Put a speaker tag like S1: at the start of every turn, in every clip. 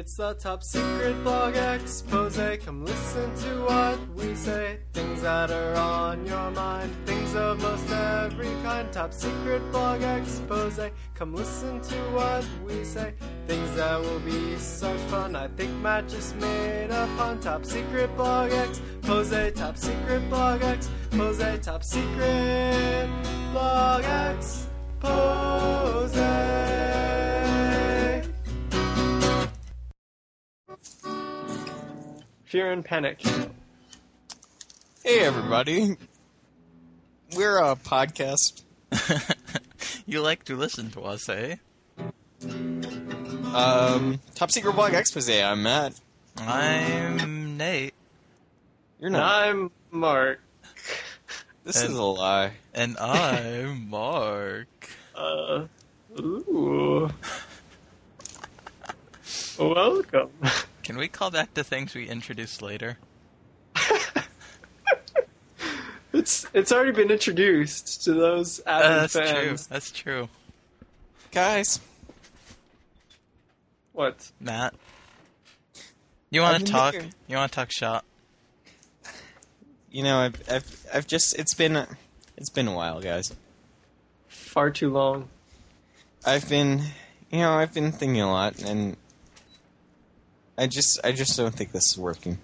S1: It's the top secret blog expose. Come listen to what we say. Things that are on your mind, things of most every kind. Top secret blog expose. Come listen to what we say. Things that will be such fun. I think Matt just made a pun. Top secret blog expose. Top secret blog expose. Top secret blog expose. Fear and Panic.
S2: Hey everybody. We're a podcast.
S3: you like to listen to us, eh?
S2: Um Top Secret Blog Expose, I'm Matt.
S3: I'm Nate,
S2: You're
S1: And
S2: not.
S1: I'm Mark.
S2: This
S3: and-
S2: is a lie.
S3: and I'm Mark.
S1: Uh, ooh. Welcome.
S3: Can we call back to things we introduced later?
S1: It's it's already been introduced to those
S3: Uh,
S1: avid
S3: that's true.
S1: fans.
S3: That's true.
S2: Guys,
S1: What?
S3: Matt, you want
S2: I'm
S3: to talk?
S2: here.
S3: You want to talk shop?
S2: you know, I've I've I've just it's been it's been a while, guys.
S1: Far too long.
S2: I've been you know, I've been thinking a lot and I just I just don't think this is working.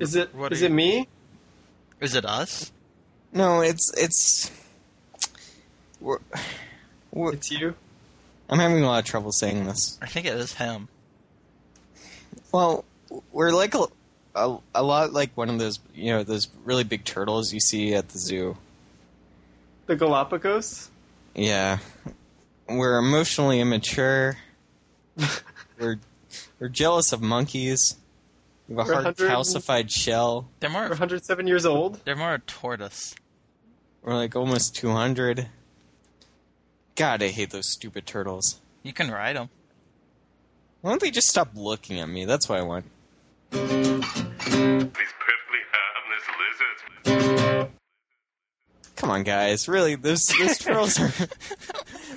S1: Is it? Is
S3: What are
S1: it
S3: you-
S1: me?
S3: Is it us?
S2: No, it's it's we're, we're,
S1: It's you.
S2: I'm having a lot of trouble saying this.
S3: I think it is him.
S2: Well, we're like a, a, a lot like one of those, you know, those really big turtles you see at the zoo.
S1: The Galapagos.
S2: Yeah. We're emotionally immature. we're we're jealous of monkeys. We have a
S1: We're
S2: hard
S1: 100
S2: calcified shell.
S3: They're
S1: We're
S3: more.
S1: 107 years old.
S3: They're more a tortoise.
S2: We're like almost 200. God, I hate those stupid turtles.
S3: You can ride them.
S2: Why don't they just stop looking at me? That's what I want.
S4: These perfectly harmless lizards.
S2: Come on, guys. Really, those those turtles are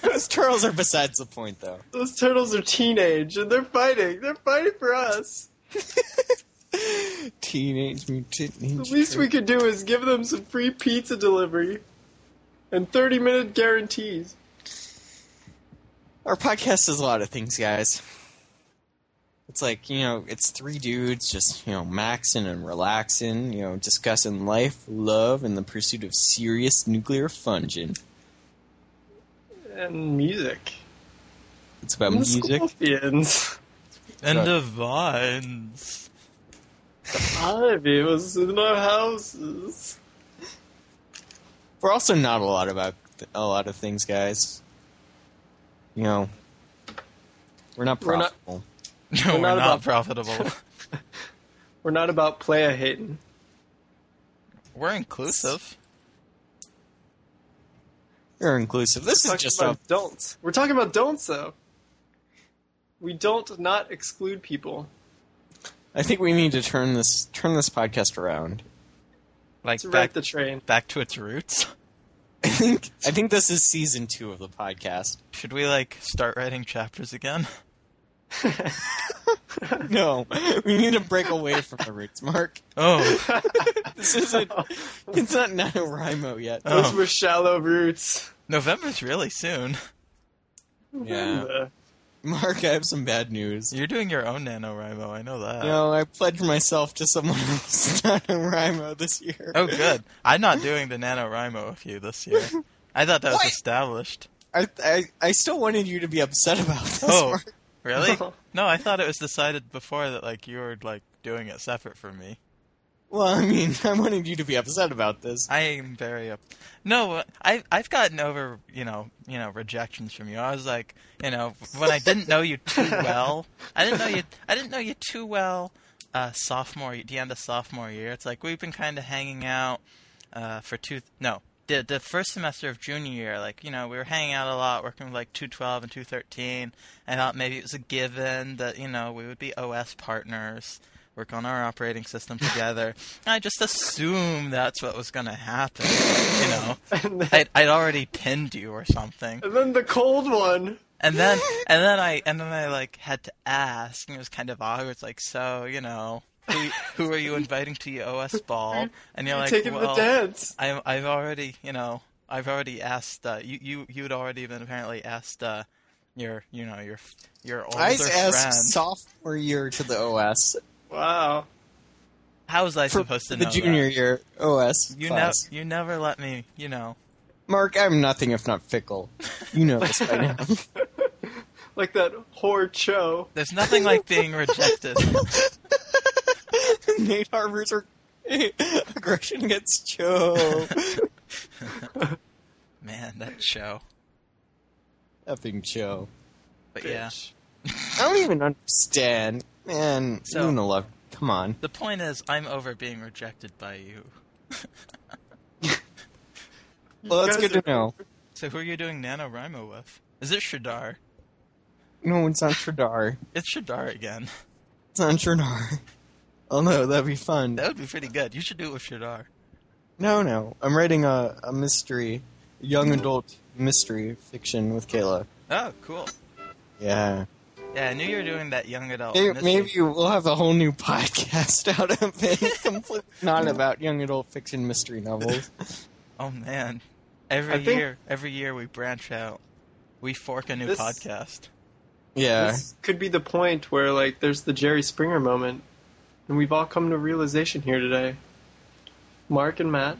S2: those turtles are besides the point, though.
S1: Those turtles are teenage and they're fighting. They're fighting for us.
S2: Teenage Mutant Ninja
S1: The least we could do is give them some free pizza delivery and 30 minute guarantees.
S2: Our podcast is a lot of things, guys. It's like, you know, it's three dudes just, you know, maxing and relaxing, you know, discussing life, love, and the pursuit of serious nuclear fungin.
S1: And music.
S2: It's about
S1: And the
S2: music.
S1: Scorpions.
S3: And
S2: Right.
S3: the vines.
S1: Ivy was in our houses.
S2: We're also not a lot about th- a lot of things, guys. You know, we're not
S1: We're not-
S2: profitable.
S3: No, we're
S1: not
S3: not,
S1: about-
S3: profitable.
S1: We're not about playa hating.
S3: we're inclusive.
S2: We're inclusive. This
S1: We're
S2: is
S1: talking
S2: just a
S1: about don'ts. We're talking about don'ts, though. We don't not exclude people.
S2: I think we need to turn this turn this podcast around.
S3: Like
S1: To
S3: back
S1: right the train.
S3: back to its roots.
S2: I think I think this is season two of the podcast.
S3: Should we like start writing chapters again?
S2: No, we need to break away from the roots, Mark.
S3: Oh,
S2: This isn't. It's not NaNoWriMo yet.
S3: Oh.
S1: Those were shallow roots.
S3: November's really soon.
S2: Yeah.
S1: Uh,
S2: Mark, I have some bad news.
S3: You're doing your own NaNoWriMo, I know that.
S2: You know, I pledged myself to someone else NaNoWriMo this year.
S3: Oh, good. I'm not doing the NaNoWriMo with you this year. I thought that was
S2: What?
S3: established.
S2: I, I, I still wanted you to be upset about this.
S3: Oh.
S2: Mark.
S3: Really? No, I thought it was decided before that like you were like doing it separate from me.
S2: Well, I mean, I wanted you to be upset about this.
S3: I am very up. No, I I've gotten over you know you know rejections from you. I was like you know when I didn't know you too well. I didn't know you. I didn't know you too well. Uh, sophomore, the end of sophomore year. It's like we've been kind of hanging out uh, for two. No, the the first semester of junior year. Like you know we were hanging out a lot, working with like two twelve and two thirteen. I thought maybe it was a given that you know we would be OS partners work on our operating system together. And I just assumed that's what was going to happen. You know,
S1: and, then,
S3: I'd, I'd already pinned you or something.
S1: and then the cold one.
S3: And then and then I and then I like had to ask, and it was kind of awkward. It's like, so you know, who who are you inviting to your OS ball? And you're like,
S2: Take him
S3: well,
S2: to dance.
S3: I'm I've already you know I've already asked uh, you you you'd already been apparently asked uh, your you know your your older
S2: I
S3: friend.
S2: asked sophomore year to the OS.
S1: Wow.
S3: How was I
S2: For
S3: supposed to
S2: the
S3: know
S2: junior
S3: that?
S2: year OS.
S3: You never
S2: class.
S3: you never let me you know
S2: Mark, I'm nothing if not fickle. You know this by now.
S1: Like that whore cho.
S3: There's nothing like being rejected.
S2: Nate Harbor's are- aggression against Joe.
S3: Man, that show.
S2: Effing Joe.
S3: But yeah,
S1: bitch.
S2: I don't even understand. Man,
S3: So-
S2: Luna love. Come on.
S3: the point is, I'm over being rejected by you.
S2: Well, that's
S1: guys
S2: good to know.
S3: So who are you doing NaNoWriMo with? Is it Shadar?
S2: No, it's not Shadar.
S3: It's Shadar again.
S2: It's not Shadar. Oh no, that'd be fun.
S3: That would be pretty good. You should do it with Shadar.
S2: No, no. I'm writing a, a mystery, young
S1: Mm.
S2: adult mystery fiction with Kayla.
S3: Oh, cool.
S2: Yeah.
S3: Yeah, I knew you were doing that young
S1: Oh,
S3: adult.
S2: Maybe,
S3: mystery.
S2: maybe we'll have a whole new podcast out of it, completely not about young adult fiction mystery novels.
S3: Oh man, every
S1: I think-
S3: year, every year we branch out. We fork a new
S1: This-
S3: podcast.
S2: Yeah.
S1: This could be the point where like there's the Jerry Springer moment, and we've all come to a realization here today. Mark and Matt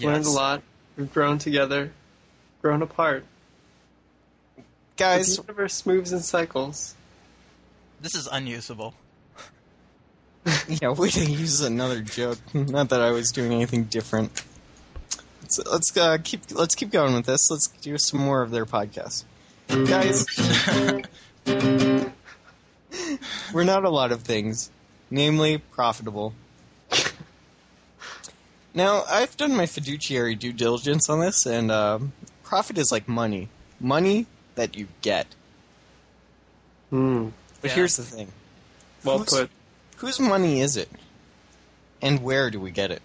S1: learned a
S3: Yes.
S1: lot. We've grown together, grown apart.
S2: Guys,
S1: the universe moves in cycles.
S3: This is unusable.
S2: yeah, we can use another joke. Not that I was doing anything different. So let's uh, keep let's keep going with this. Let's do some more of their podcasts, guys. we're not a lot of things, namely profitable. Now I've done my fiduciary due diligence on this, and um profit is like money, money that you get.
S1: Hmm.
S2: But
S3: Yeah.
S2: here's the thing:
S1: Well
S2: Who's-
S1: put.
S2: whose money is it, and where do we get it?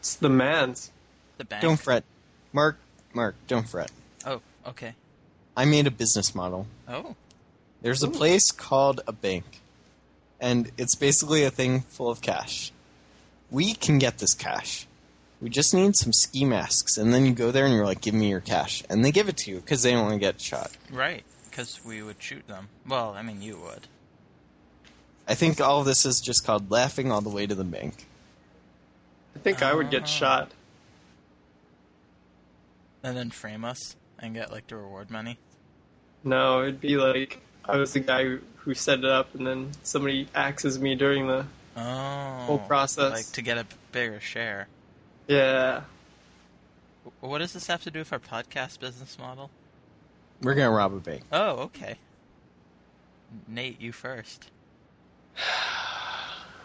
S1: It's the man's.
S3: The bank.
S2: Don't fret. Mark, Mark, don't fret.
S3: Oh, okay.
S2: I made a business model.
S3: Oh,
S2: There's a place called a bank, and it's basically a thing full of cash. We can get this cash. We just need some ski masks, and then you go there and you're like, "Give me your cash," and they give it to you because they don't want to get shot.
S3: right. Because we would shoot them. Well, I mean, you would.
S2: I think all of this is just called laughing all the way to the bank.
S1: I think I would
S3: Ah.
S1: get shot.
S3: And then frame us and get like the reward money.
S1: No, it'd be like I was the guy who- who set it up, and then somebody axes me during the
S3: Oh,
S1: whole process.
S3: like to get a b- bigger share.
S1: yeah.
S3: W- What does this have to do with our podcast business model?
S2: We're gonna rob a bank.
S3: Oh, okay. Nate, you first.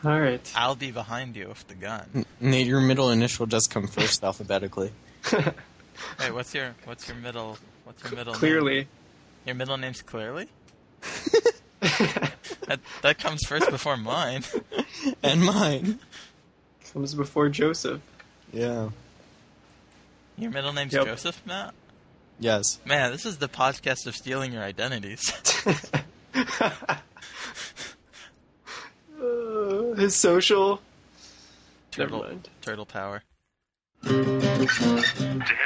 S1: All right.
S3: I'll be behind you with the gun.
S2: Nate, your middle initial does come first alphabetically.
S3: Wait, what's your what's your middle what's your middle name?
S1: Clearly,
S3: Your middle name's clearly? that, that comes first before mine.
S2: and mine.
S1: comes before Joseph.
S2: Yeah.
S3: Your middle name's
S1: Yep.
S3: Joseph, Matt?
S2: Yes.
S3: Man, this is the podcast of stealing your identities.
S1: Uh, his social.
S3: turtle
S1: mind.
S3: turtle power.
S4: Deadly scorpions.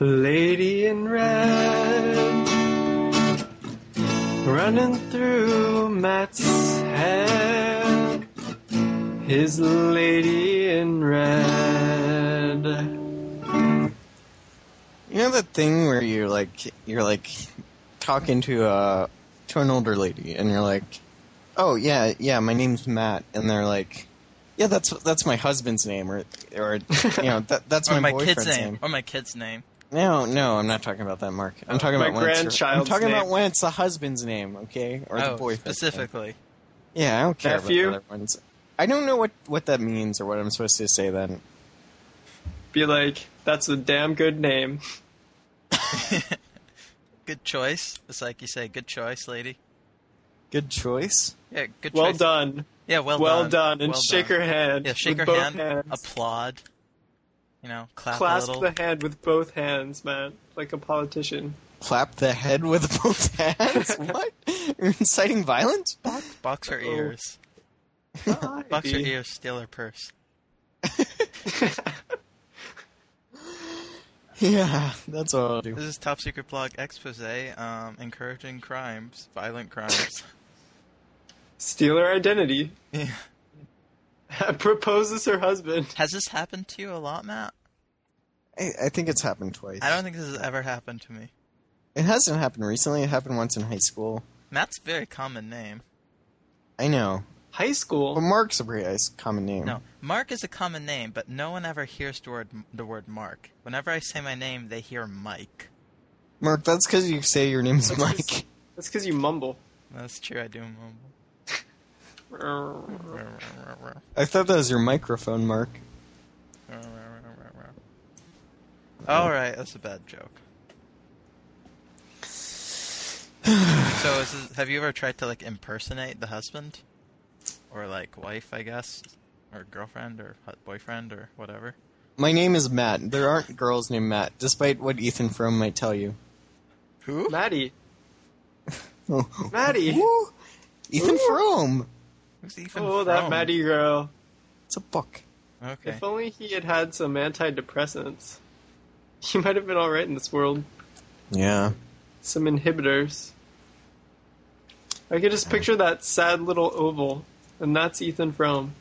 S1: Lady in red running through Matt's head. His lady in red.
S2: You know that thing where you're like you're like talking to a to an older lady and you're like, "Oh yeah, yeah, my name's Matt," and they're like, "Yeah, that's that's my husband's name," or or you know that that's
S3: Or
S2: my,
S3: my,
S2: boyfriend's
S3: kid's name.
S2: name.
S3: Or my kid's name.
S2: No, no, I'm not talking about that, Mark.
S3: Uh,
S2: I'm talking
S1: My
S2: about when it's your- I'm
S1: grandchild's
S2: talking about
S1: name.
S2: when it's the husband's name, okay, or the
S3: oh,
S2: boyfriend's name.
S3: specifically.
S2: Yeah, I don't care
S1: Nephew?
S2: about the other ones. I don't know what what that means or what I'm supposed to say then.
S1: Be like, that's a damn good name.
S3: Good choice. It's like you say, good choice, lady.
S2: Good choice.
S3: Yeah, good
S1: Well
S3: choice.
S1: done.
S3: Yeah, well,
S1: Well
S3: done.
S1: done. And
S3: Well
S1: shake
S3: done.
S1: her hand.
S3: Yeah,
S1: with
S3: shake her
S1: both
S3: hand.
S1: hands.
S3: Applaud. You know, clap a
S1: Clasp
S3: little.
S1: the hand with both hands, man, like a politician.
S2: Clap the head with both hands? what? You're inciting violence?
S3: Box her
S1: Uh-oh.
S3: ears.
S1: Hi,
S3: Box her
S1: Bea.
S3: ears. Steal her purse.
S2: Yeah, that's what I'll do.
S3: This is Top Secret Blog Expose, um, encouraging crimes, violent crimes.
S1: Steal her identity.
S3: Yeah.
S1: Proposes her husband.
S3: Has this happened to you a lot, Matt?
S2: I, I think it's happened twice.
S3: I don't think this has ever happened to me.
S2: It hasn't happened recently. It happened once in high school.
S3: Matt's a very common name.
S2: I know.
S1: High
S2: But
S1: school.
S2: Mark's a pretty nice common name.
S3: No, Mark is a common name, but no one ever hears the word the word Mark. Whenever I say my name, they hear Mike.
S2: Mark, that's because you say your name's
S1: That's 'cause-
S2: Mike.
S1: That's because you mumble.
S3: That's true. I do mumble.
S2: I thought that was your microphone, Mark.
S3: All right, that's a bad joke. so, is this, have you ever tried to like impersonate the husband, or like wife, I guess, or girlfriend, or hu- boyfriend, or whatever?
S2: My name is Matt. There aren't girls named Matt, despite what Ethan Frome might tell you.
S3: Who?
S1: Maddie.
S2: Oh.
S1: Maddie.
S2: Woo! Ethan Frome!
S3: Who's Ethan?
S1: Oh, that
S3: Frome?
S1: Maddie girl.
S2: It's a book.
S3: Okay.
S1: If only he had had some antidepressants. He might have been alright in this world.
S2: Yeah.
S1: Some inhibitors. I could just picture that sad little oval, and that's Ethan Frome.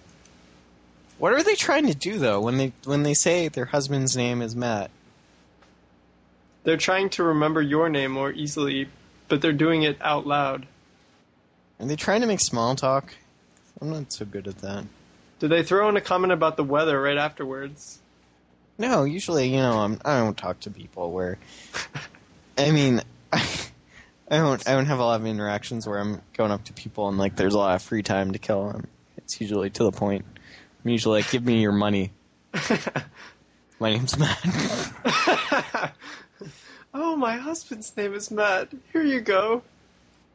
S2: What are they trying to do though when they when they say their husband's name is Matt?
S1: They're trying to remember your name more easily, but they're doing it out loud.
S2: Are they trying to make small talk? I'm not so good at that.
S1: Did they throw in a comment about the weather right afterwards?
S2: No, usually, you know, I'm, I don't talk to people where. I mean, I don't. I don't have a lot of interactions where I'm going up to people and like there's a lot of free time to kill. them. It's usually to the point. I'm usually like, give me your money. My name's Matt.
S1: Oh, my husband's name is Matt. Here you go.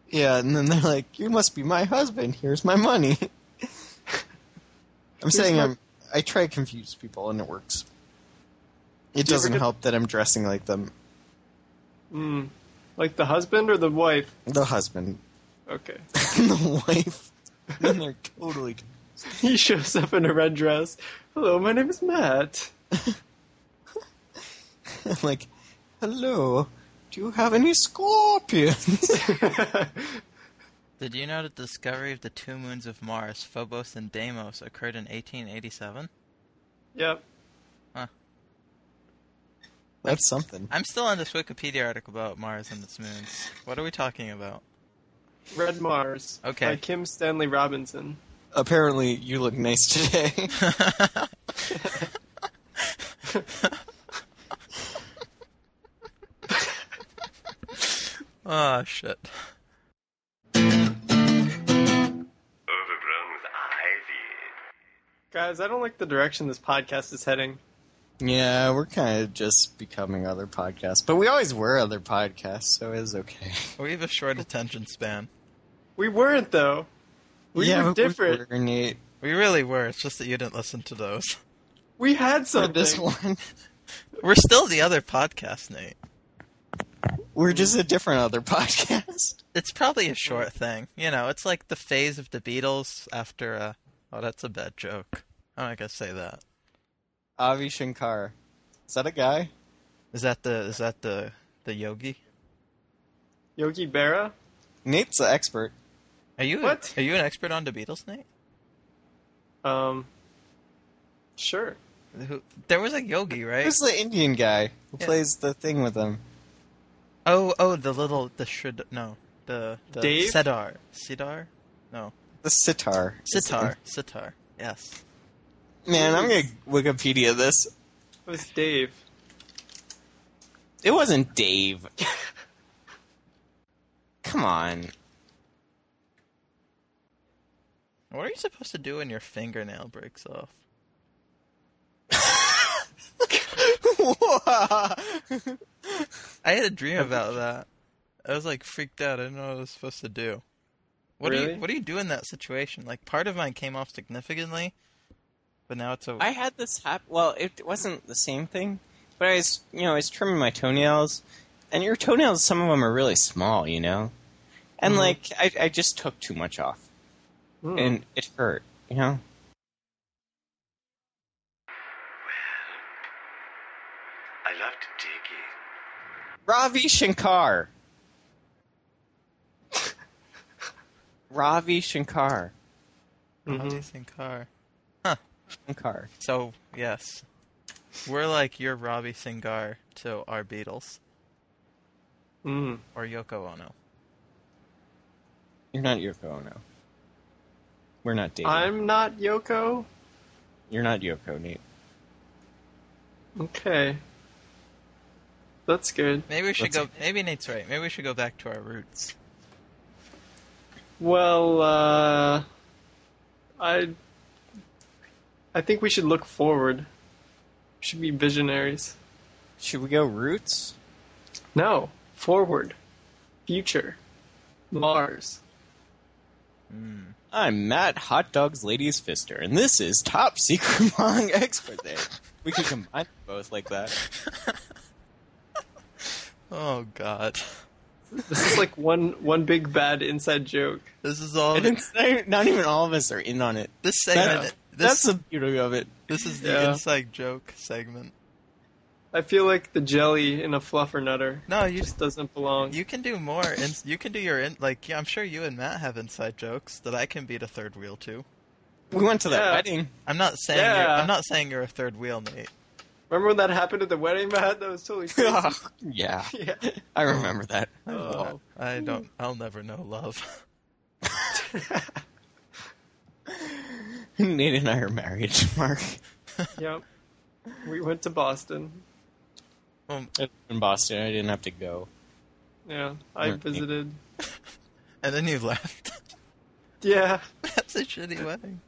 S2: yeah, and then they're like, you must be my husband. Here's my money. I'm saying
S1: my-
S2: I'm. I try to confuse people and it works. It
S1: Do you ever
S2: doesn't
S1: get-
S2: help that I'm dressing like them.
S1: Like the husband or the wife?
S2: The husband,
S1: Okay.
S2: and the wife, and they're totally.
S1: He shows up in a red dress. Hello, my name is Matt.
S2: I'm like, hello, do you have any scorpions?
S3: Did you know that the discovery of the two moons of Mars, Phobos and Deimos, occurred in 1887?
S1: Yep.
S2: That's something.
S3: I'm still on this Wikipedia article about Mars and its moons. What are we talking about?
S1: Red Mars.
S3: Okay.
S1: By Kim Stanley Robinson.
S2: Apparently, you look nice today.
S3: Oh shit.
S4: Overgrown with ivy.
S1: Guys, I don't like the direction this podcast is heading.
S2: yeah, we're kind of just becoming other podcasts, but we always were other podcasts, so it's okay.
S3: We have a short attention span.
S1: We weren't, though. We
S2: yeah,
S1: were
S2: but
S1: different.
S2: We were neat
S3: We really were. It's just that you didn't listen to those.
S1: We had
S2: for
S1: something.
S2: this one.
S3: We're still the other podcast, Nate.
S2: We're just a different other podcast.
S3: It's probably a short thing. You know, it's like the phase of the Beatles after uh Oh, that's a bad joke. I'm not gonna say that.
S2: Avi Shankar. Is that a guy?
S3: Is that the is that the the yogi?
S1: Yogi Berra?
S2: Nate's the expert.
S3: Are you
S1: What?
S3: are you an expert on the Beatles, Nate?
S1: Um, sure.
S3: Who, there was a yogi, right?
S2: Who's the Indian guy who
S3: Yeah.
S2: plays the thing with them?
S3: Oh, oh, the little the should no the the
S1: Dave?
S3: Sitar Sitar, no
S2: The sitar.
S3: Sitar Sitar. Yes,
S2: Man, I'm gonna Wikipedia this.
S1: It was Dave.
S2: It wasn't Dave. Come on.
S3: what are you supposed to do when your fingernail breaks off? I had a dream about that. I was like freaked out. I didn't know what I was supposed to do. What do
S1: Really?
S3: you What do you do in that situation? Like part of mine came off significantly, But now it's a
S2: I had this happen. Well, it wasn't the same thing, but I was, you know, I was trimming my toenails, and your toenails, some of them are really small, you know, and like I, I just took too much off,
S1: Mm-hmm. Mm.
S2: and it hurt, you know.
S4: I love to dig in.
S2: Ravi Shankar. Ravi Shankar.
S1: Mhm.
S3: decent car.
S2: Shankar.
S3: So yes, we're like your Robbie Singar to our Beatles
S1: Mm.
S3: or Yoko Ono.
S2: You're not Yoko Ono. We're not dating.
S1: I'm not Yoko.
S2: You're not Yoko, Nate.
S1: Okay. That's good.
S3: Maybe we should
S2: Let's-
S3: go. Maybe Nate's right. Maybe we should go back to our roots.
S1: Well, uh, I, I think we should look forward. Should be visionaries.
S2: Should we go roots?
S1: No, forward, future, Mars.
S2: I'm Matt Hot Dogs Ladies Fister, and this is Top Secret Mong Expert Day. We could combine both like that.
S3: Oh God,
S1: This is like one one big bad inside joke.
S3: this is all.
S2: And it's not, not even all of us are in on it.
S3: This
S2: That-
S3: segment.
S2: that's
S3: this,
S2: the beauty of it.
S3: this is the
S1: Yeah.
S3: inside joke segment.
S1: I feel like the jelly in a fluffer nutter
S3: No, you
S1: just doesn't belong.
S3: you can do more. In, you can do your in, like. Yeah, I'm sure you and Matt have inside jokes that I can beat a third wheel to.
S2: We went to that
S1: Yeah.
S2: wedding.
S3: I'm not saying. You're,
S1: Yeah.
S3: I'm not saying you're a third wheel, Nate.
S1: Remember when that happened at the wedding, Matt? That was totally crazy.
S2: yeah,
S1: yeah.
S2: I remember that.
S1: Oh.
S3: I don't. I'll never know love.
S2: Nate and I are married, Mark.
S1: Yep. We went to Boston.
S3: Um,
S2: In Boston, I didn't have to go.
S1: Yeah. I
S2: Weren't you?
S1: visited.
S3: and then you left.
S1: Yeah.
S3: That's a shitty wedding.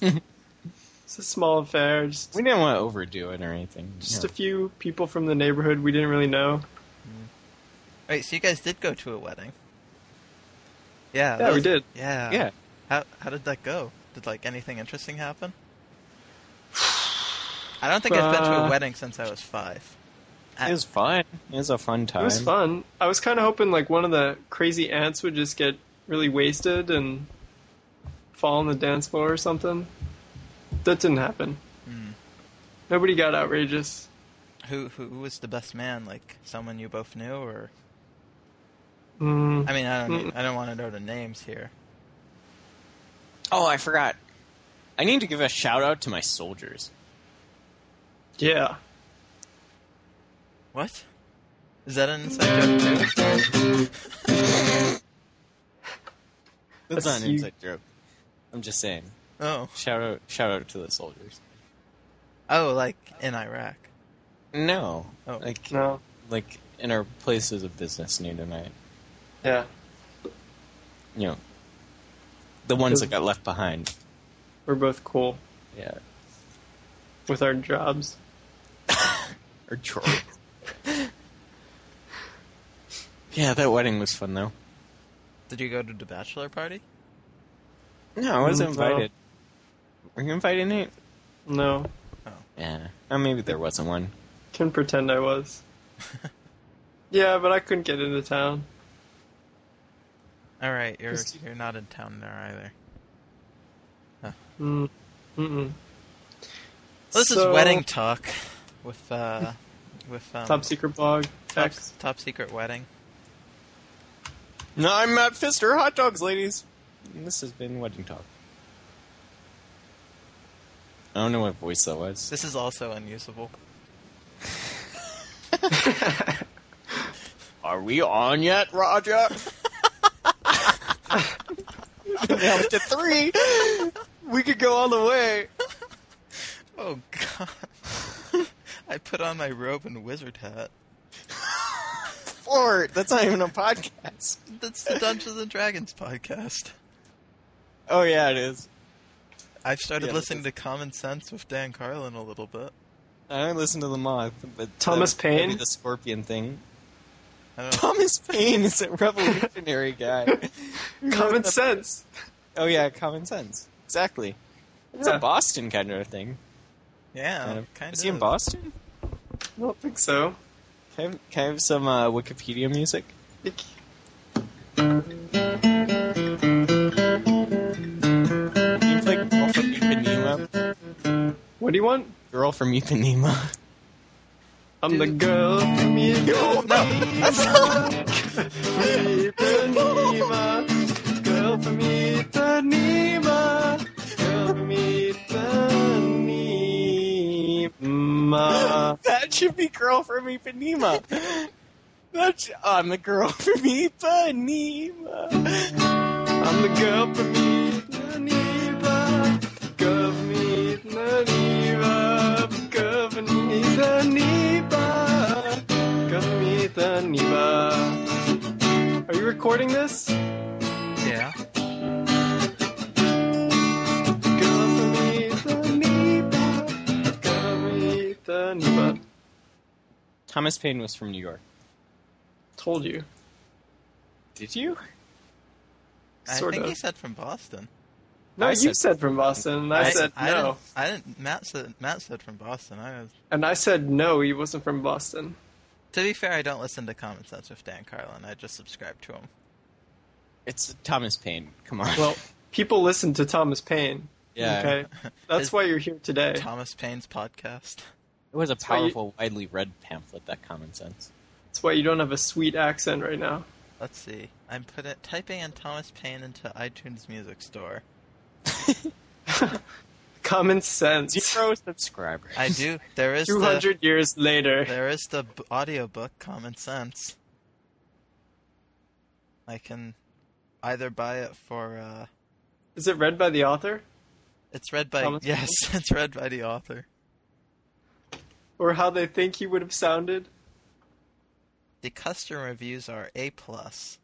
S1: It's a small affair. Just
S2: We didn't want to overdo it or anything.
S1: just
S2: Yeah.
S1: a few people from the neighborhood we didn't really know.
S3: Wait, so you guys did go to a wedding? Yeah.
S1: Yeah,
S3: that
S1: we
S3: was-
S1: did.
S3: Yeah.
S2: yeah.
S3: How how did that go? Did like anything interesting happen? I don't think I've been to a
S1: Uh,
S3: wedding since I was five.
S2: It was fun. It was a fun time.
S1: It was fun. I was kind of hoping like one of the crazy ants would just get really wasted and fall on the dance floor or something. That didn't happen. Nobody got outrageous.
S3: Who who who was the best man? Like someone you both knew, or
S1: Mm.
S3: I mean, I don't need, I don't want to know the names here.
S2: Oh, I forgot. I need to give a shout out to my soldiers.
S1: Yeah.
S3: What? Is that an inside joke? Too?
S2: That's,
S1: That's
S2: not an
S1: you-
S2: inside joke. I'm just saying.
S3: Oh
S2: Shout out! Shout out to the soldiers.
S3: oh, like in Iraq.
S2: No,
S3: Oh.
S2: like
S1: No.
S2: like in our places of business, Nate and I.
S1: Yeah.
S2: You know, the ones that got left behind.
S1: We're both cool
S2: Yeah,
S1: with our jobs.
S2: or Troy. yeah, that wedding was fun though.
S3: Did you go to the bachelor party?
S2: No, I wasn't
S1: Mm,
S2: invited. Were you invited, Nate?
S1: No.
S2: Yeah. Oh, maybe there wasn't one.
S1: Can pretend I was. yeah, but I couldn't get into town.
S3: All right, you're
S2: Just-
S3: you're not in town there either.
S1: Mm. Mm-mm.
S3: Well, this
S1: So-
S3: is wedding talk with uh with um,
S1: Top secret blog.
S3: top,
S1: Text.
S3: top secret wedding.
S2: No, I'm Matt Fister. Hot dogs, ladies. And this has been Wedding Talk. I don't know what voice that was.
S3: This is also unusable.
S2: Are we on yet, Roger? Now up to three. We could go all the way.
S3: Oh god. I put on my robe and wizard hat.
S2: Four. That's not even a podcast.
S3: That's the Dungeons and Dragons podcast.
S2: Oh yeah, it is.
S3: I've started
S2: Yeah,
S3: listening to Common Sense with Dan Carlin a little bit.
S2: I don't listen to the moth, but
S1: Thomas
S2: that would be
S1: Paine?
S2: the scorpion thing.
S3: I don't know.
S2: Thomas Paine is a revolutionary guy.
S1: Common sense.
S2: Oh yeah, common sense. Exactly. It's a Boston kind of thing.
S3: Yeah,
S2: Kind
S3: Oh, kind
S2: of.
S3: of.
S2: Is he in Boston?
S1: I don't think so.
S2: Can I have, can I have some uh, Wikipedia music?
S1: It-
S2: Can you play Girl from Ipanema?
S1: What do you want?
S2: Girl from Ipanema.
S1: I'm the girl from Ipanema. Ipanema. Girl from Ipanema. Girl from Ipanema.
S2: that should be Girl from Ipanema. That sh- I'm the girl from Ipanema.
S1: I'm the girl from Ipanema. Girl from Ipanema. Girl from Ipanema. Girl from Ipanema. Are you recording this?
S3: Yeah.
S1: Girl from Ipanema. Girl from Ipanema.
S2: Thomas Paine was from New York.
S1: Told you.
S2: Did you?
S3: I
S1: Sort
S3: think
S1: of.
S3: he said from Boston.
S1: No,
S2: I
S1: you
S2: said-
S1: said from Boston, and I, said
S3: I
S1: no.
S3: Didn't, I didn't. Matt said. Matt said from Boston. I was.
S1: And I said no, he wasn't from Boston.
S3: To be fair, I don't listen to Common Sense with Dan Carlin. I just subscribe to him.
S2: It's Thomas Paine. Come on.
S1: Well, people listen to Thomas Paine.
S2: yeah.
S1: Okay. That's
S3: Is-
S1: why you're here today.
S3: Thomas Paine's podcast.
S2: It was a
S1: why you-
S2: powerful, widely read pamphlet, that Common Sense.
S1: That's why you don't have a sweet accent right now.
S3: Let's see. I'm put it, typing in Thomas Paine into iTunes Music Store.
S1: Common sense.
S2: Zero subscribers.
S3: I do. There is
S1: Two
S3: the
S1: hundred years later.
S3: there is the b- audiobook Common Sense. I can either buy it for. uh
S1: Is it read by the author?
S3: It's read by
S1: Thomas
S3: yes. It's read by the author.
S1: Or how they think he would have sounded?
S3: The customer reviews are A plus.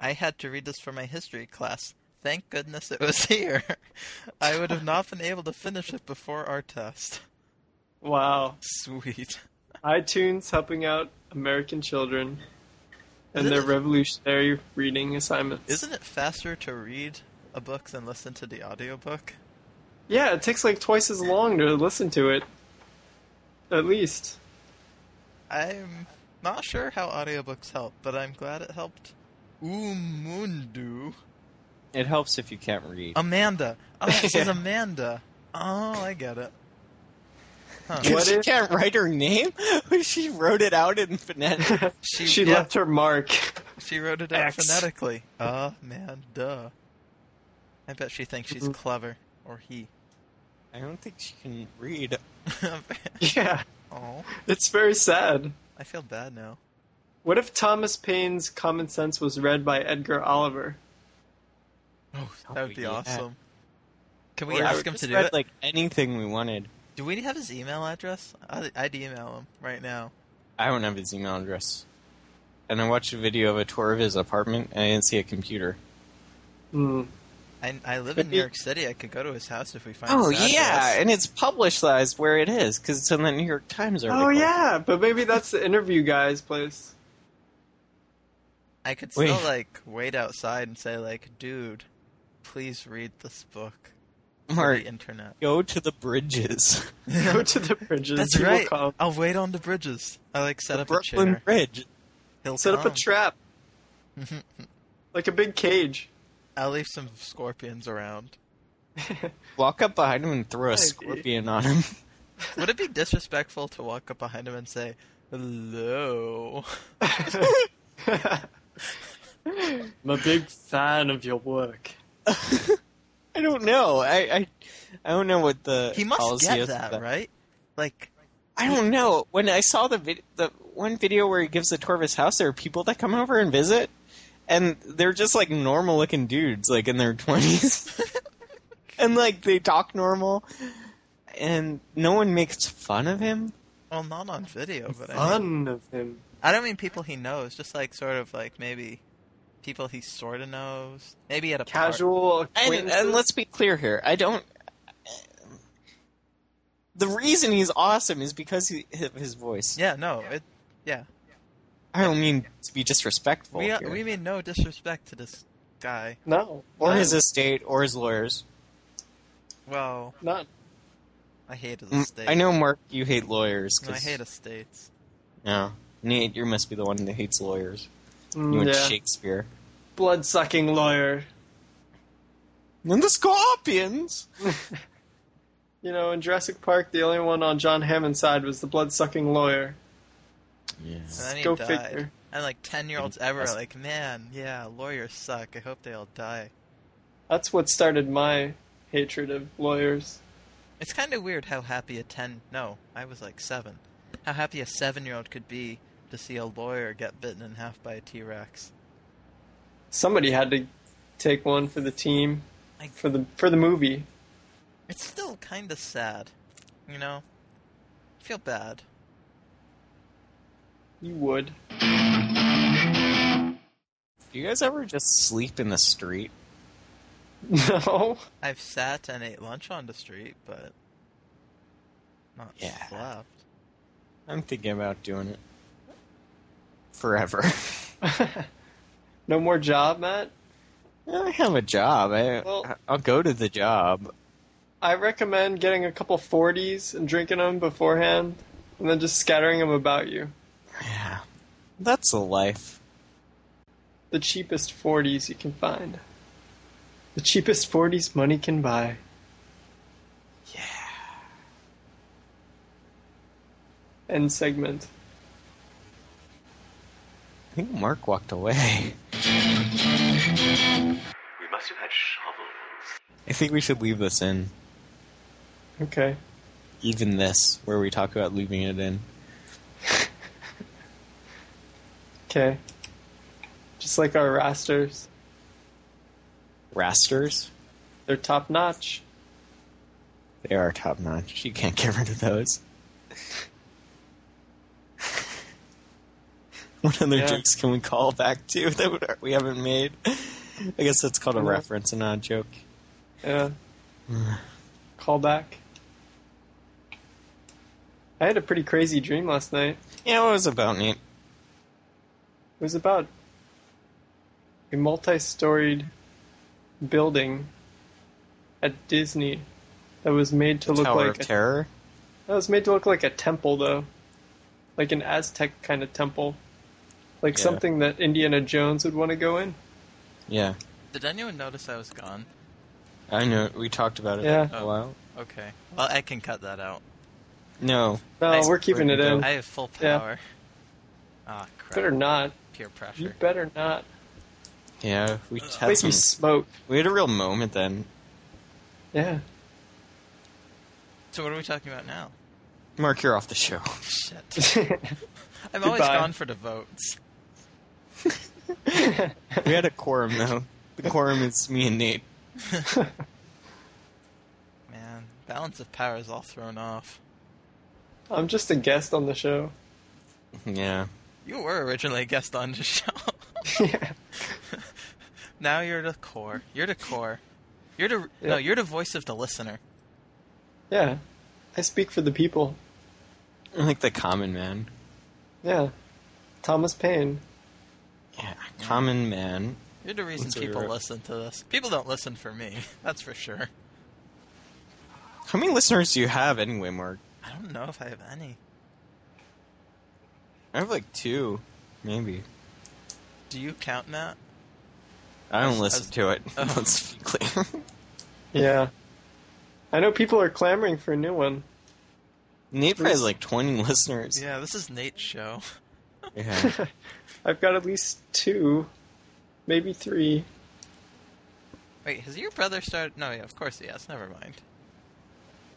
S3: I had to read this for my history class. Thank goodness it was here. I would have not been able to finish it before our test.
S1: Wow.
S3: Sweet.
S1: iTunes helping out American children and
S3: Isn't
S1: their
S3: it-
S1: revolutionary reading assignments.
S3: Isn't it faster to read a book than listen to the audiobook?
S1: Yeah, it takes like twice as long to listen to it. At least.
S3: I'm not sure how audiobooks help, but I'm glad it helped. Umundu.
S2: It helps if you can't read.
S3: Amanda. Oh, this is Amanda. Oh, I get it. Huh.
S1: What
S2: she
S1: if-
S2: can't write her name? she wrote it out in phonetic.
S3: She,
S1: She
S3: yeah,
S1: left her mark.
S3: She wrote it out
S1: X.
S3: phonetically. Amanda. I bet she thinks she's
S1: Mhm.
S3: clever. Or he.
S2: I don't think she can read.
S1: Yeah.
S3: oh,
S1: It's very sad.
S3: I feel bad now.
S1: What if Thomas Paine's Common Sense was read by Edgar Oliver?
S3: Oh,
S2: Oh,
S3: that would be
S2: yeah.
S3: awesome. Can we
S1: Or
S3: ask
S1: just
S3: him to
S2: Just
S3: do
S2: read,
S3: it?
S2: like anything we wanted.
S3: do we have his email address? I'd, I'd email him right now.
S2: I don't have his email address. And I watched a video of a tour of his apartment, and I didn't see a computer.
S1: Hmm.
S3: I, I live in
S1: Could
S3: New
S1: be-
S3: York City. I could go to his house if we find.
S2: Oh
S3: his address.
S2: yeah, and it's publicized where it is because it's in the New York Times article.
S1: Oh yeah, but maybe that's the interview guy's place.
S3: I could
S2: Wait.
S3: still like wait outside and say like, "Dude, please read this book." for
S2: Mark,
S3: the internet.
S2: go to the bridges,
S1: Go to the bridges.
S3: That's
S1: he will
S3: right. Oh,
S1: come.
S3: I'll wait on the bridges. I like set up a
S2: Brooklyn
S3: chair.
S2: Bridge.
S3: He'll
S1: Set up a
S3: come.
S1: trap, like a big cage.
S3: I'll leave some scorpions around.
S2: Walk up behind him and throw a
S1: Maybe.
S2: scorpion on him.
S3: Would it be disrespectful to walk up behind him and say, "Hello"?
S1: I'm a big fan of your work.
S2: I don't know. I, I I don't know what the
S3: He must
S2: policy
S3: get
S2: is
S3: that,
S2: for
S3: right? Like,
S2: I don't know. When I saw the vid- the one video where he gives the tour of his house, there are people that come over and visit, and they're just like normal looking dudes, like in their twenties, and like they talk normal, and no one makes fun of him.
S3: well, not on video, but I, mean,
S1: Fun of him.
S3: I don't mean people he knows. Just like sort of like maybe people he sort of knows. Maybe at a par-
S1: Casual
S2: And,
S1: acquaintances.
S2: and let's be clear here. I don't. The reason he's awesome is because he, of his voice.
S3: Yeah, no, it. Yeah,
S2: I don't mean to be disrespectful
S3: we
S2: here.
S3: we mean no disrespect to this guy.
S1: no.
S2: or his estate or his lawyers.
S3: Well,
S1: Not
S3: I hate the
S2: Mm,
S3: state.
S2: I know, Mark, you hate lawyers.
S3: I
S2: 'cause-
S3: hate estates.
S2: Yeah. Nate, you must be the one that hates lawyers. You
S1: mm,
S2: and
S1: yeah.
S2: Shakespeare.
S1: blood sucking lawyer.
S2: And the scorpions!
S1: You know, in Jurassic Park, the only one on John Hammond's side was the blood sucking lawyer.
S2: Yeah.
S3: And then he
S1: Go
S3: died.
S1: figure.
S3: And like ten year olds ever are
S2: That's-
S3: like, man, yeah, lawyers suck. I hope they all die.
S1: That's what started my hatred of lawyers.
S3: It's kind of weird how happy a ten no, I was like seven. How happy a seven year old could be to see a lawyer get bitten in half by a T Rex.
S1: Somebody had to take one for the team,
S3: I-
S1: for the for the movie.
S3: It's still kind of sad, you know. I feel bad.
S1: You would.
S2: Do you guys ever just sleep in the street?
S1: No.
S3: I've sat and ate lunch on the street, but not
S2: Yeah.
S3: slept.
S2: I'm thinking about doing it. Forever.
S1: no more job, Matt.
S2: I have a job. I,
S1: Well-
S2: I'll go to the job.
S1: I recommend getting a couple 40s and drinking them beforehand, and then just scattering them about you.
S2: Yeah. That's the life.
S1: The cheapest 40s you can find. The cheapest 40s money can buy.
S2: Yeah.
S1: End segment.
S2: I think Mark walked away.
S4: We must have had shovels.
S2: I think we should leave this in.
S1: Okay.
S2: Even this, where we talk about leaving it in.
S1: Okay. Just like our rasters,
S2: Rasters,
S1: they're top notch.
S2: they are top notch. You can't get rid of those. what other
S1: Yeah.
S2: jokes can we call back to that would- we haven't made? I guess that's called a
S1: Yeah.
S2: reference and not a joke.
S1: Yeah. Callback. I had a pretty crazy dream last night.
S2: Yeah, what was it about Nate?
S1: It was about a multi storied building at Disney that was made to look
S2: Tower
S1: like
S2: of Terror?
S1: that was made to look like a temple though. Like an Aztec kind of temple. Like
S2: Yeah.
S1: something that Indiana Jones would want to go in.
S2: Yeah.
S3: Did anyone notice I was gone?
S2: I know. We talked about it
S1: Yeah.
S2: a while.
S3: Okay. Well, I can cut that out.
S2: No.
S1: No,
S3: I-
S1: we're keeping it in.
S3: I have full
S1: Yeah.
S3: power. Ah, crap.
S1: better not.
S3: Peer
S1: You
S3: pressure.
S1: better not.
S2: Yeah, we just had
S1: Make
S2: some.
S1: you smoke.
S2: We had a real moment then.
S1: Yeah.
S3: So what are we talking about now?
S2: Mark, you're off the show.
S3: Shit. I'm always
S1: Goodbye.
S3: gone for the votes.
S2: We had a quorum though. The quorum is me and Nate.
S3: Man, balance of power is all thrown off.
S1: I'm just a guest on the show.
S2: Yeah.
S3: You were originally a guest on the show.
S1: yeah.
S3: now you're the core. You're the core. You're the no.
S1: Yeah.
S3: You're the voice of the listener.
S1: Yeah. I speak for the people.
S2: I'm like the common man.
S1: Yeah. Thomas Paine.
S2: Yeah, common man.
S3: You're the reason
S2: That's what
S3: people
S2: you're-
S3: listen to this. People don't listen for me. That's for sure.
S2: How many listeners do you have anyway, Mark?
S3: I don't know if I have any.
S2: I have like two, maybe.
S3: Do you count that?
S2: I don't
S3: As-
S2: listen
S3: as-
S2: to it.
S3: Oh.
S2: Let's be clear.
S1: Yeah. I know people are clamoring for a new one.
S2: Nate probably has like 20 listeners.
S3: Yeah, this is Nate's show.
S2: Yeah.
S1: I've got at least two, maybe three.
S3: Wait, has your brother started? No, yeah, of course he has. Never mind.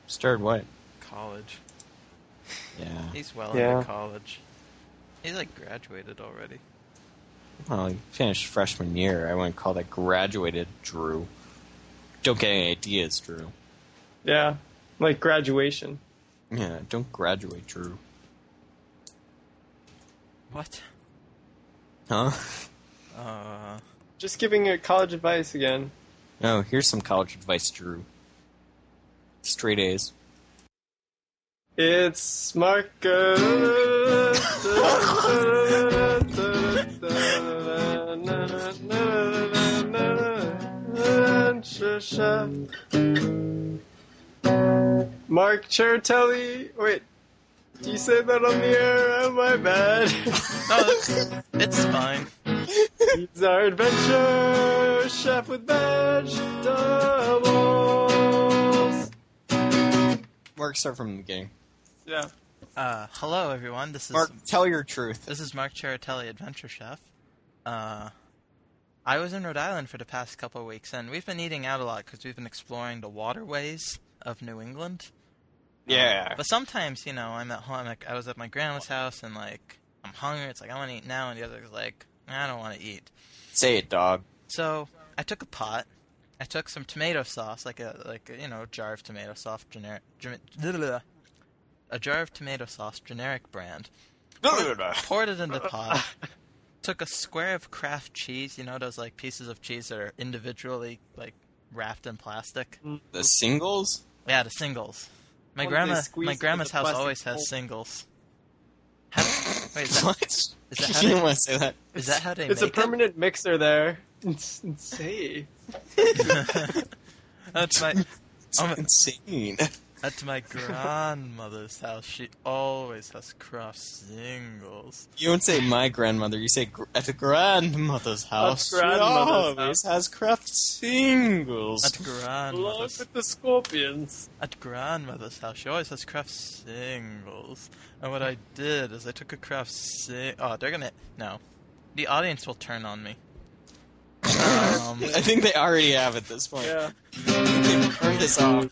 S2: Started what?
S3: College.
S2: Yeah.
S3: He's well
S1: Yeah.
S3: into college. He's like graduated already.
S2: Well, he finished freshman year. I wouldn't call that graduated, Drew. Don't get any ideas, Drew.
S1: Yeah. Like graduation.
S2: Yeah, don't graduate, Drew.
S3: What?
S2: Huh?
S3: Uh,
S1: Just giving you college advice again.
S2: No, Oh, here's some college advice, Drew. Straight A's.
S1: It's Marcus. And Trisha. Mark Chertelli. Wait, do you say that on the air? Oh my bad.
S3: No, it's, it's fine.
S1: He's our adventure chef with vegetables.
S2: Mark, start from the beginning.
S1: Yeah.
S3: Uh, hello, everyone. This is
S2: Mark, tell your truth.
S3: This is Mark Cheratelli, Adventure Chef. Uh, I was in Rhode Island for the past couple of weeks, and we've been eating out a lot because we've been exploring the waterways of New England.
S2: Yeah.
S3: But sometimes, you know, I'm at home. Like, I was at my grandma's house, and like, I'm hungry. It's like I want to eat now, and the other's like, I don't want to eat.
S2: Say it, dog.
S3: So I took a pot. I took some tomato sauce, like a like a, you know jar of tomato sauce, generic, gem- a jar of tomato sauce, generic brand. Poured it in the pot. took a square of Kraft cheese. You know those like pieces of cheese that are individually like wrapped in plastic.
S2: The singles?
S3: Yeah, the singles. My
S1: What do they
S3: grandma,
S1: squeeze
S3: my
S1: into
S3: grandma's
S1: the
S3: house
S1: plastic
S3: always
S1: hole?
S3: has singles. How, wait, is that,
S2: What? Is
S3: that how
S2: you
S3: they-
S2: don't want to say that.
S3: is that how they
S1: It's a
S3: make it?
S1: permanent mixer there. It's insane.
S3: That's my
S2: It's
S3: I'm-
S2: insane.
S3: At my grandmother's house, she always has Kraft singles.
S2: You don't say my grandmother. You say gr- at the grandmother's house. she
S1: grandmother's
S2: always
S1: house.
S2: has craft singles.
S3: At grandmother's,
S1: the scorpions.
S3: at grandmother's house, she always has Kraft singles. And what I did is I took a Kraft sing. Oh, they're gonna no. The audience will turn on me. Um,
S2: I think they already have at this point.
S1: Yeah.
S2: They've turned us off.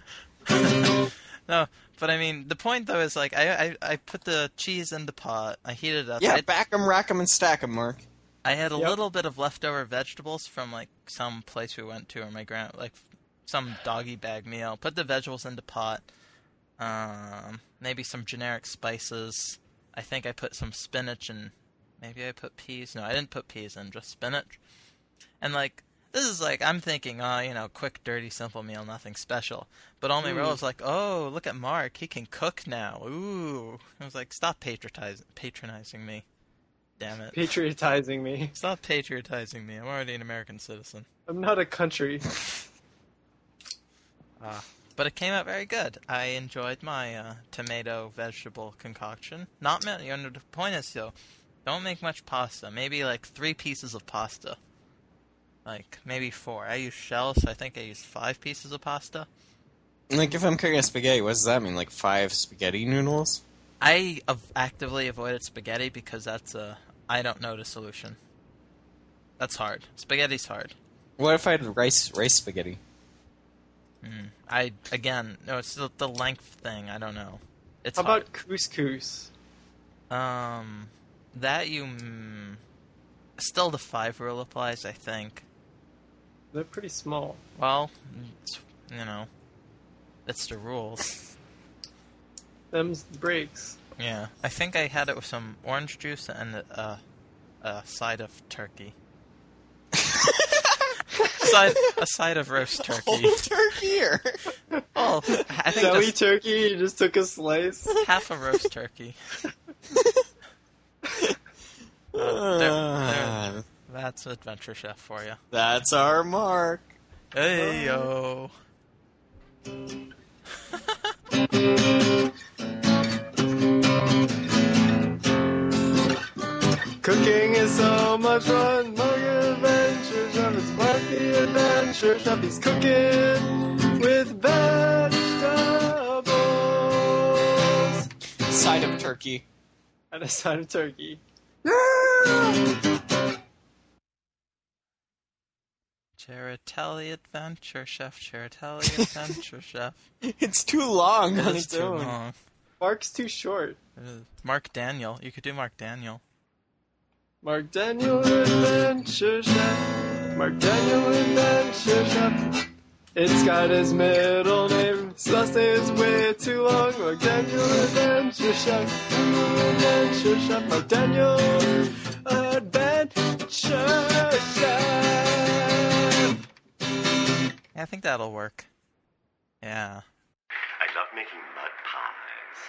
S3: no, but I mean the point though is like I I, I put the cheese in the pot. I heated it up.
S2: Yeah,
S3: I,
S2: back 'em, rack 'em, and stack 'em, Mark.
S3: I had a
S1: Yep.
S3: little bit of leftover vegetables from like some place we went to, or my grand like some doggy bag meal. Put the vegetables into pot. Um, maybe some generic spices. I think I put some spinach and maybe I put peas. No, I didn't put peas in, just spinach. And like this is like I'm thinking, oh, you know, quick, dirty, simple meal, nothing special. But all my
S1: Mm.
S3: relatives like, oh, look at Mark, he can cook now. Ooh, I was like, stop patronizing patronizing me, damn it.
S1: Patriotizing me.
S3: Stop patriotizing me. I'm already an American citizen.
S1: I'm not a country.
S3: But it came out very good. I enjoyed my uh, tomato vegetable concoction. Not many. You know, the point is though, don't make much pasta. Maybe like three pieces of pasta. Like maybe four. I use shells, so I think I used five pieces of pasta.
S2: Like, if I'm cooking a spaghetti, what does that mean? Like, five spaghetti noodles?
S3: I av- actively avoided spaghetti because that's a I don't know the solution. That's hard. Spaghetti's hard.
S2: What if I had rice, rice spaghetti?
S3: I again, no, it's the, the length thing. I don't know. It's
S1: How
S3: hard.
S1: about couscous?
S3: Um, that you mm, still the five rule applies, I think.
S1: They're pretty small.
S3: Well, it's, you know, it's the rules.
S1: Them's the breaks.
S3: Yeah, I think I had it with some orange juice and a, a, a side of turkey. side, a side of roast turkey.
S2: Whole turkey or
S3: Oh, I think
S1: Zoe
S3: just
S1: turkey, you just took a slice.
S3: half a roast turkey. Uh, there-
S2: Uh,
S3: That's adventure chef for you.
S2: That's our mark.
S3: Hey yo.
S1: Cooking is so much fun. Mark Adventure Chef is Mark the Adventure Chef. He's cooking with vegetables
S2: Side of turkey.
S1: and a side of turkey.
S3: Cheratelli Adventure Chef, Cheratelli Adventure Chef.
S2: It's too long
S3: It
S2: on
S3: is
S2: its
S3: too
S2: own.
S3: long.
S1: Mark's too short.
S3: It is- Mark Daniel. You could do Mark Daniel.
S1: Mark Daniel Adventure Chef. Mark Daniel Adventure Chef. It's got his middle name. His last name is way too long. Mark Daniel Adventure Chef. Adventure Chef. Mark Daniel Adventure Chef.
S3: Yeah, I think that'll work. Yeah.
S4: I love making mud pies.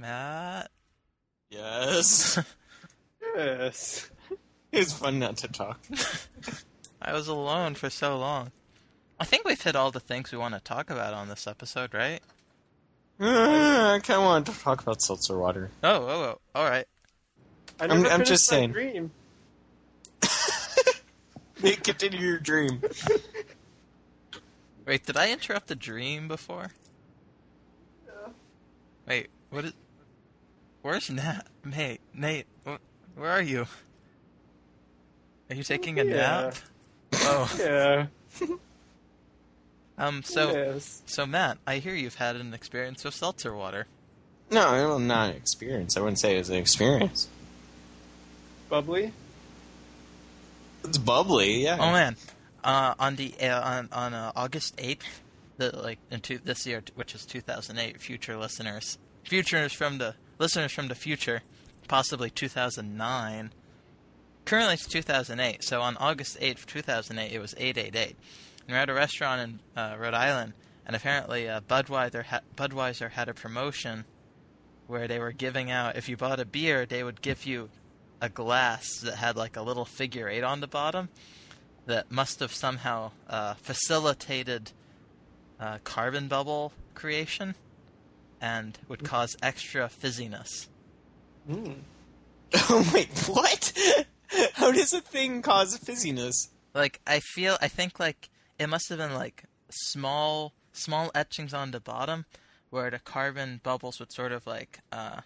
S3: Matt.
S2: Yes.
S1: Yes.
S2: It's fun not to talk.
S3: I was alone for so long. I think we've hit all the things we want to talk about on this episode, right?
S2: Uh, I kind of want to talk about seltzer water.
S3: Oh, oh, oh. all right.
S1: I
S2: I'm-
S1: never
S2: I'm just
S1: finished my
S2: saying.
S1: Dream.
S2: Nick, Continue your dream.
S3: Wait, did I interrupt the dream before? Wait, what is? Where's Nat? Nate, Nate, wh- where are you? Are you taking a nap? Oh,
S1: Yeah.
S3: um. So,
S1: yes.
S3: so Matt, I hear you've had an experience with seltzer water.
S2: No, it was not an experience. I wouldn't say it was an experience.
S1: bubbly.
S2: It's bubbly, yeah.
S3: Oh man, uh, on the uh, on on uh, August eighth, the like in two, this year, which is two thousand eight, future listeners, futures from the listeners from the future, possibly two thousand nine. Currently, it's two thousand eight. So on August eighth, two thousand eight, it was eight eight eight. And we're at a restaurant in uh, Rhode Island, and apparently uh, Budweiser ha- Budweiser had a promotion where they were giving out if you bought a beer, they would give you a glass that had like a little figure eight on the bottom that must have somehow uh, facilitated uh, carbon bubble creation and would cause extra fizziness.
S2: Oh my, what? How does a thing cause fizziness?
S3: Like I feel, I think like it must have been like small, small etchings on the bottom where the carbon bubbles would sort of like uh,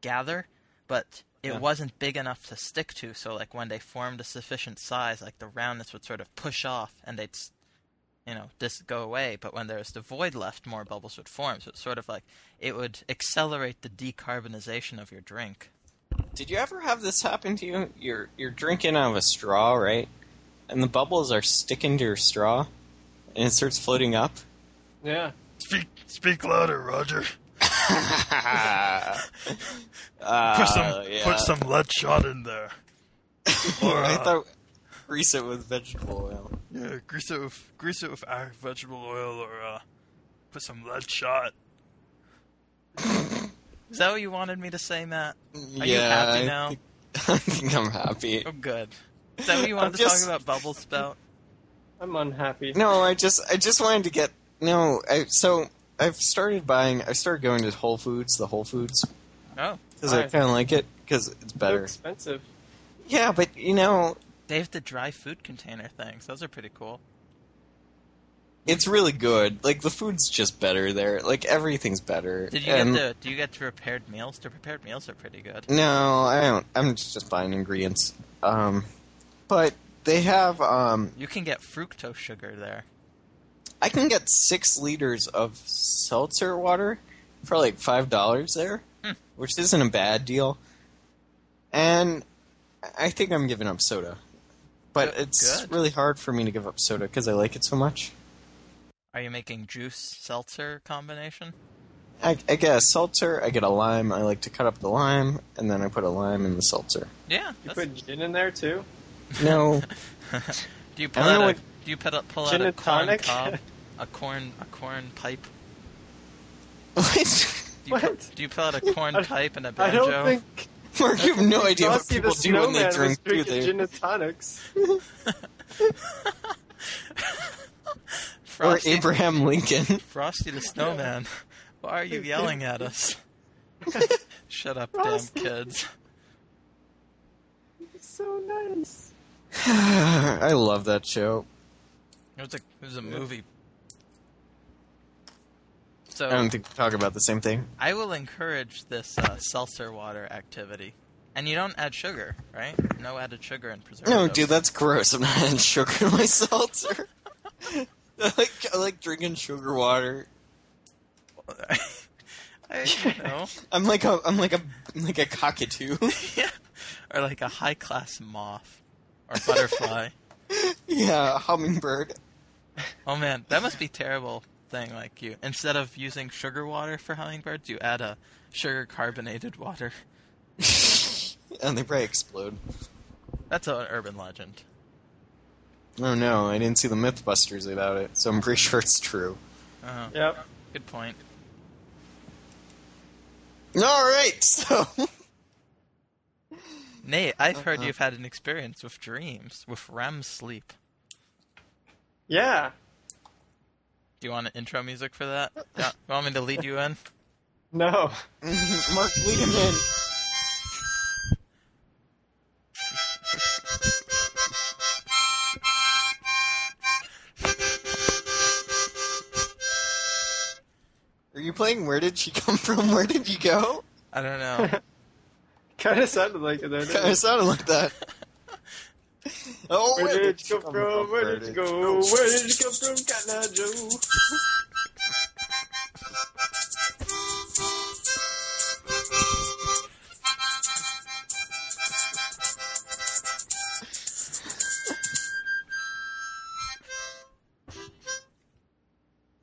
S3: gather, but it
S2: Yeah.
S3: wasn't big enough to stick to. So like when they formed a sufficient size, like the roundness would sort of push off, and they'd s- you know, just go away. But when there's the void left, more bubbles would form. So it's sort of like it would accelerate the decarbonization of your drink.
S2: Did you ever have this happen to you? You're you're drinking out of a straw, right? And the bubbles are sticking to your straw, and it starts floating up.
S1: Yeah.
S3: Speak, speak louder, Roger.
S2: Ah, Uh, yeah.
S3: lead shot in there. uh,
S2: I thought recent was vegetable oil.
S3: Yeah, grease it with grease it with vegetable oil, or uh, put some lead shot. Is that what you wanted me to say, Matt? Are you happy
S2: I
S3: now?
S2: Think, I think I'm happy.
S3: Oh, good. Is that what you
S2: I'm
S3: wanted to
S2: just-
S3: talk about bubbles about?
S1: I'm unhappy.
S2: No, I just I just wanted to get no. I, so I've started buying. I started going to Whole Foods, the Whole Foods,
S3: Oh,
S2: because I
S1: Why?
S2: kind of like it because it's
S1: They're
S2: better.
S1: expensive.
S2: Yeah, but you know,
S3: they have the dry food container things. Those are pretty cool.
S2: it's really good. Like the food's just better there. Like everything's better.
S3: Did you
S2: And-
S3: get the? Do you get the prepared meals? The prepared meals are pretty good.
S2: No, I don't. I'm just buying ingredients. Um, but they have. Um,
S3: You can get fructose sugar there.
S2: I can get six liters of seltzer water for like five dollars there, which isn't a bad deal. And I think I'm giving up soda, but
S3: Good-
S2: it's
S3: good.
S2: really hard for me to give up soda because I like it so much.
S3: Are you making juice seltzer combination?
S2: I, I get a seltzer, I get a lime. I like to cut up the lime, and then I put a lime in the seltzer.
S3: Yeah.
S1: You
S3: that's-
S1: put gin in there too.
S2: No,
S3: do you pull
S2: I don't
S3: out
S2: know
S3: a,
S2: what-
S3: Do you put a, pull out
S1: Gin
S3: a
S1: and
S3: corn
S1: tonic?
S3: cob, a corn a corn pipe?
S2: what?
S3: Do you, pu-
S1: What?
S3: do you pull out a corn
S1: I-
S3: pipe and a
S1: I
S3: banjo?
S1: don't think
S2: Mark, you have no idea what
S1: Frosty
S2: people
S1: the
S2: do when
S1: Snowman
S2: they
S1: was
S2: drink, do
S1: drinking
S2: they?
S1: gin and tonics.
S2: Or
S3: Frosty,
S2: Abraham Lincoln.
S3: Frosty the Snowman. Why are you yelling at us? Shut up,
S1: Frosty.
S3: damn kids.
S1: It's so nice.
S2: I love that show.
S3: It was a it was a movie. So
S2: I don't think we talk about the same thing.
S3: I will encourage this uh, seltzer water activity. And you don't add sugar, right? No added sugar and preservatives.
S2: No, dude, that's gross. I'm not adding sugar in my seltzer. I like, I like drinking sugar water.
S3: I you know.
S2: I'm like a I'm like a I'm like a cockatoo.
S3: or like a high class moth or butterfly.
S2: yeah, a hummingbird.
S3: oh man, that must be terrible thing like you. Instead of using sugar water for hummingbirds, you add a sugar carbonated water.
S2: And they probably explode.
S3: That's an urban legend.
S2: Oh no, I didn't see the MythBusters about it, so I'm pretty sure it's true.
S3: Uh,
S1: Yep.
S3: Good point.
S2: All right, so
S3: Nate, I've heard you've had an experience with dreams, with REM sleep.
S1: Yeah.
S3: Do you want an intro music for that? You want- you want me to lead you in?
S1: No.
S2: Mark, lead him in. Are you playing Where Did She Come From? Where Did You Go?
S3: I don't know.
S1: Kind of sounded like it. though, didn't
S2: Kind
S1: it?
S2: of sounded like that. Oh,
S1: Where did you come from? Where did you go? Where did you come from, Cotton Eye Joe?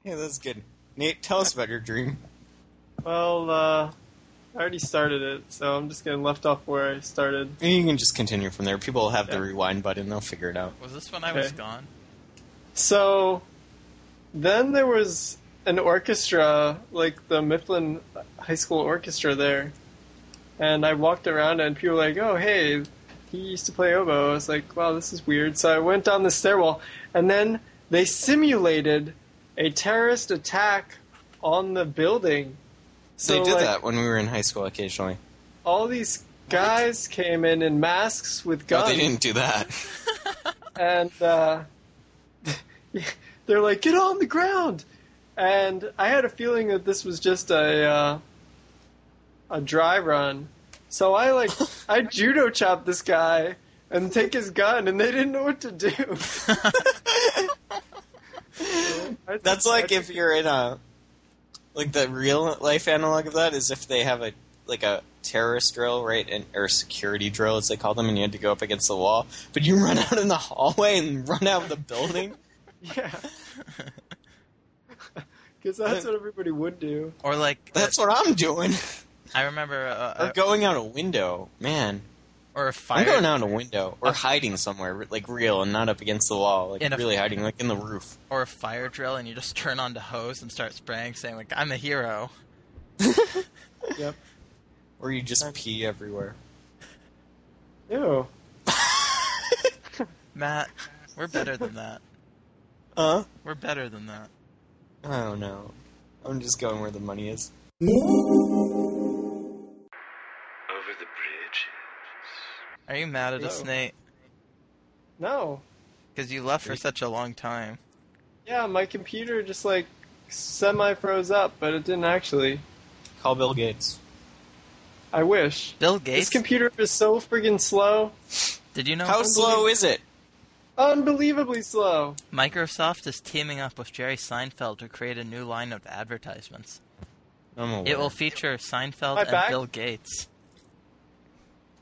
S2: Yeah, that's good. Nate, tell us about your dream.
S1: Well, uh, I already started it, so I'm just getting left off where I started.
S2: You can just continue from there. People will have the
S1: Yeah.
S2: rewind button. They'll figure it out.
S3: Was this when I
S1: Okay.
S3: was gone?
S1: So then there was an orchestra, like the Mifflin High School Orchestra there. And I walked around and people were like, oh, hey, he used to play oboe. I was like, wow, this is weird. So I went down the stairwell and then they simulated a terrorist attack on the building. So
S2: they did
S1: like,
S2: that when we were in high school occasionally.
S1: All these guys came in in masks with
S2: No,
S1: guns.
S2: Oh, they didn't do that.
S1: and uh, they're like, "Get on the ground!" And I had a feeling that this was just a uh, a dry run, so I like I judo chopped this guy and take his gun, and they didn't know what to do. I
S2: That's
S1: took- I
S2: like if
S1: took-
S2: you're in a like the real life analog of that is if they have a like a terrorist drill, right, and or security drill as they call them, and you had to go up against the wall, but you run out in the hallway and run out of the building.
S1: yeah. Because that's what everybody would do.
S3: Or like uh,
S2: That's what I'm doing.
S3: I remember, uh,
S2: Or
S3: uh,
S2: going out a window, man.
S3: or a
S2: I'm
S3: fire Uh,
S2: going out a window or hiding somewhere, like real and not up against the wall, like
S3: In a-
S2: really hiding, like in the roof.
S3: or a fire drill, and you just turn on the hose and start spraying, saying like, "I'm the hero."
S1: Yep.
S2: Or you just pee everywhere.
S1: Ew.
S3: Matt, we're better than that.
S2: Huh?
S3: We're better than that.
S2: I don't know. I'm just going where the money is.
S4: Over the bridges.
S3: Are you mad at us,
S1: No.
S3: Nate?
S1: No.
S3: Because you left for such a long time.
S1: Yeah, my computer just like semi froze up, but it didn't actually.
S2: Call Bill Gates.
S1: I wish.
S3: Bill
S1: This
S3: Gates,
S1: computer is so friggin' slow.
S3: did you know
S2: How slow is it?
S1: Unbelievably slow.
S3: Microsoft is teaming up with Jerry Seinfeld to create a new line of advertisements?
S2: I'm aware.
S3: It will feature Seinfeld
S1: My
S3: and
S1: back?
S3: Bill Gates.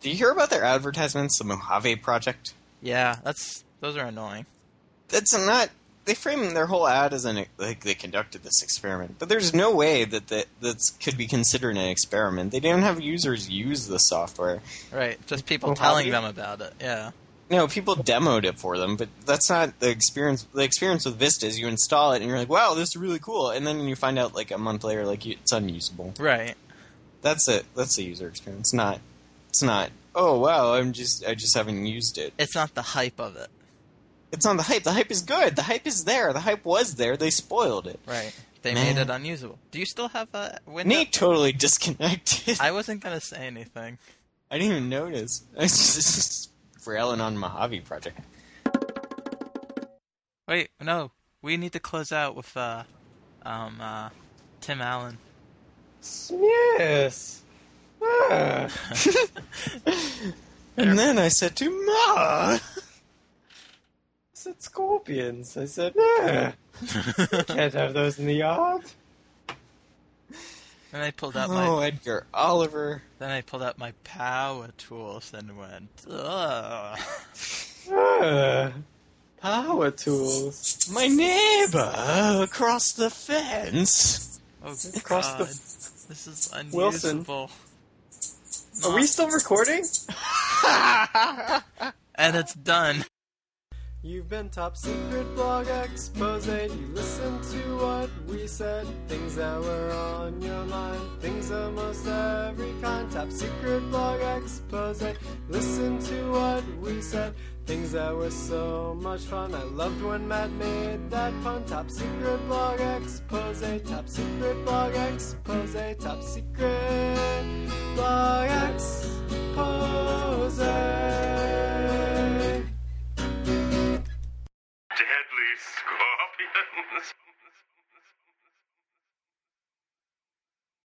S2: Do you hear about their advertisements, the Mojave Project?
S3: Yeah, that's those are annoying.
S2: That's not. They frame their whole ad as an like they conducted this experiment, but there's no way that that that's, could be considered an experiment. They didn't have users use the software.
S3: Right, just people
S2: Well,
S3: telling
S2: Javi?
S3: them about it. Yeah.
S2: No, people demoed it for them, but that's not the experience. The experience with Vista is you install it and you're like, "Wow, this is really cool," and then you find out like a month later, like you, it's unusable.
S3: Right.
S2: That's it. That's the user experience. Not. It's not. Oh wow, I'm just I just haven't used it.
S3: It's not the hype of it.
S2: It's not the hype. The hype is good. The hype is there. The hype was there. They spoiled it.
S3: Right. They made
S2: Man.
S3: it unusable. Do you still have a window?
S2: Nate totally disconnected. I,
S3: I wasn't gonna say anything.
S2: didn't even notice. I was just, just railing on Mojave Project.
S3: Wait, no. We need to close out with uh um uh Tim Allen.
S1: Yes. Ah.
S2: And then I said to Ma,
S1: I said scorpions. I said, nah, can't have those in the yard.
S3: Then I pulled out my
S2: "Oh, Edgar Oliver."
S3: then I pulled out my power tools and went, Ugh.
S1: Ah. Power tools.
S2: My neighbor across the fence.
S3: Oh
S1: Across
S3: god.
S1: the-
S3: This is unusable.
S1: Wilson. Are
S3: Not-
S1: we still recording?
S3: and it's done.
S1: You've been top secret blog exposed. You listen to what we said. Things that were on your mind. Things of most every kind. Top secret blog exposed. Listen to what we said. Things that were so much fun. I loved when Matt made that pun. Top secret blog expose. Top secret blog expose. Top secret blog expose.
S4: Deadly scorpions.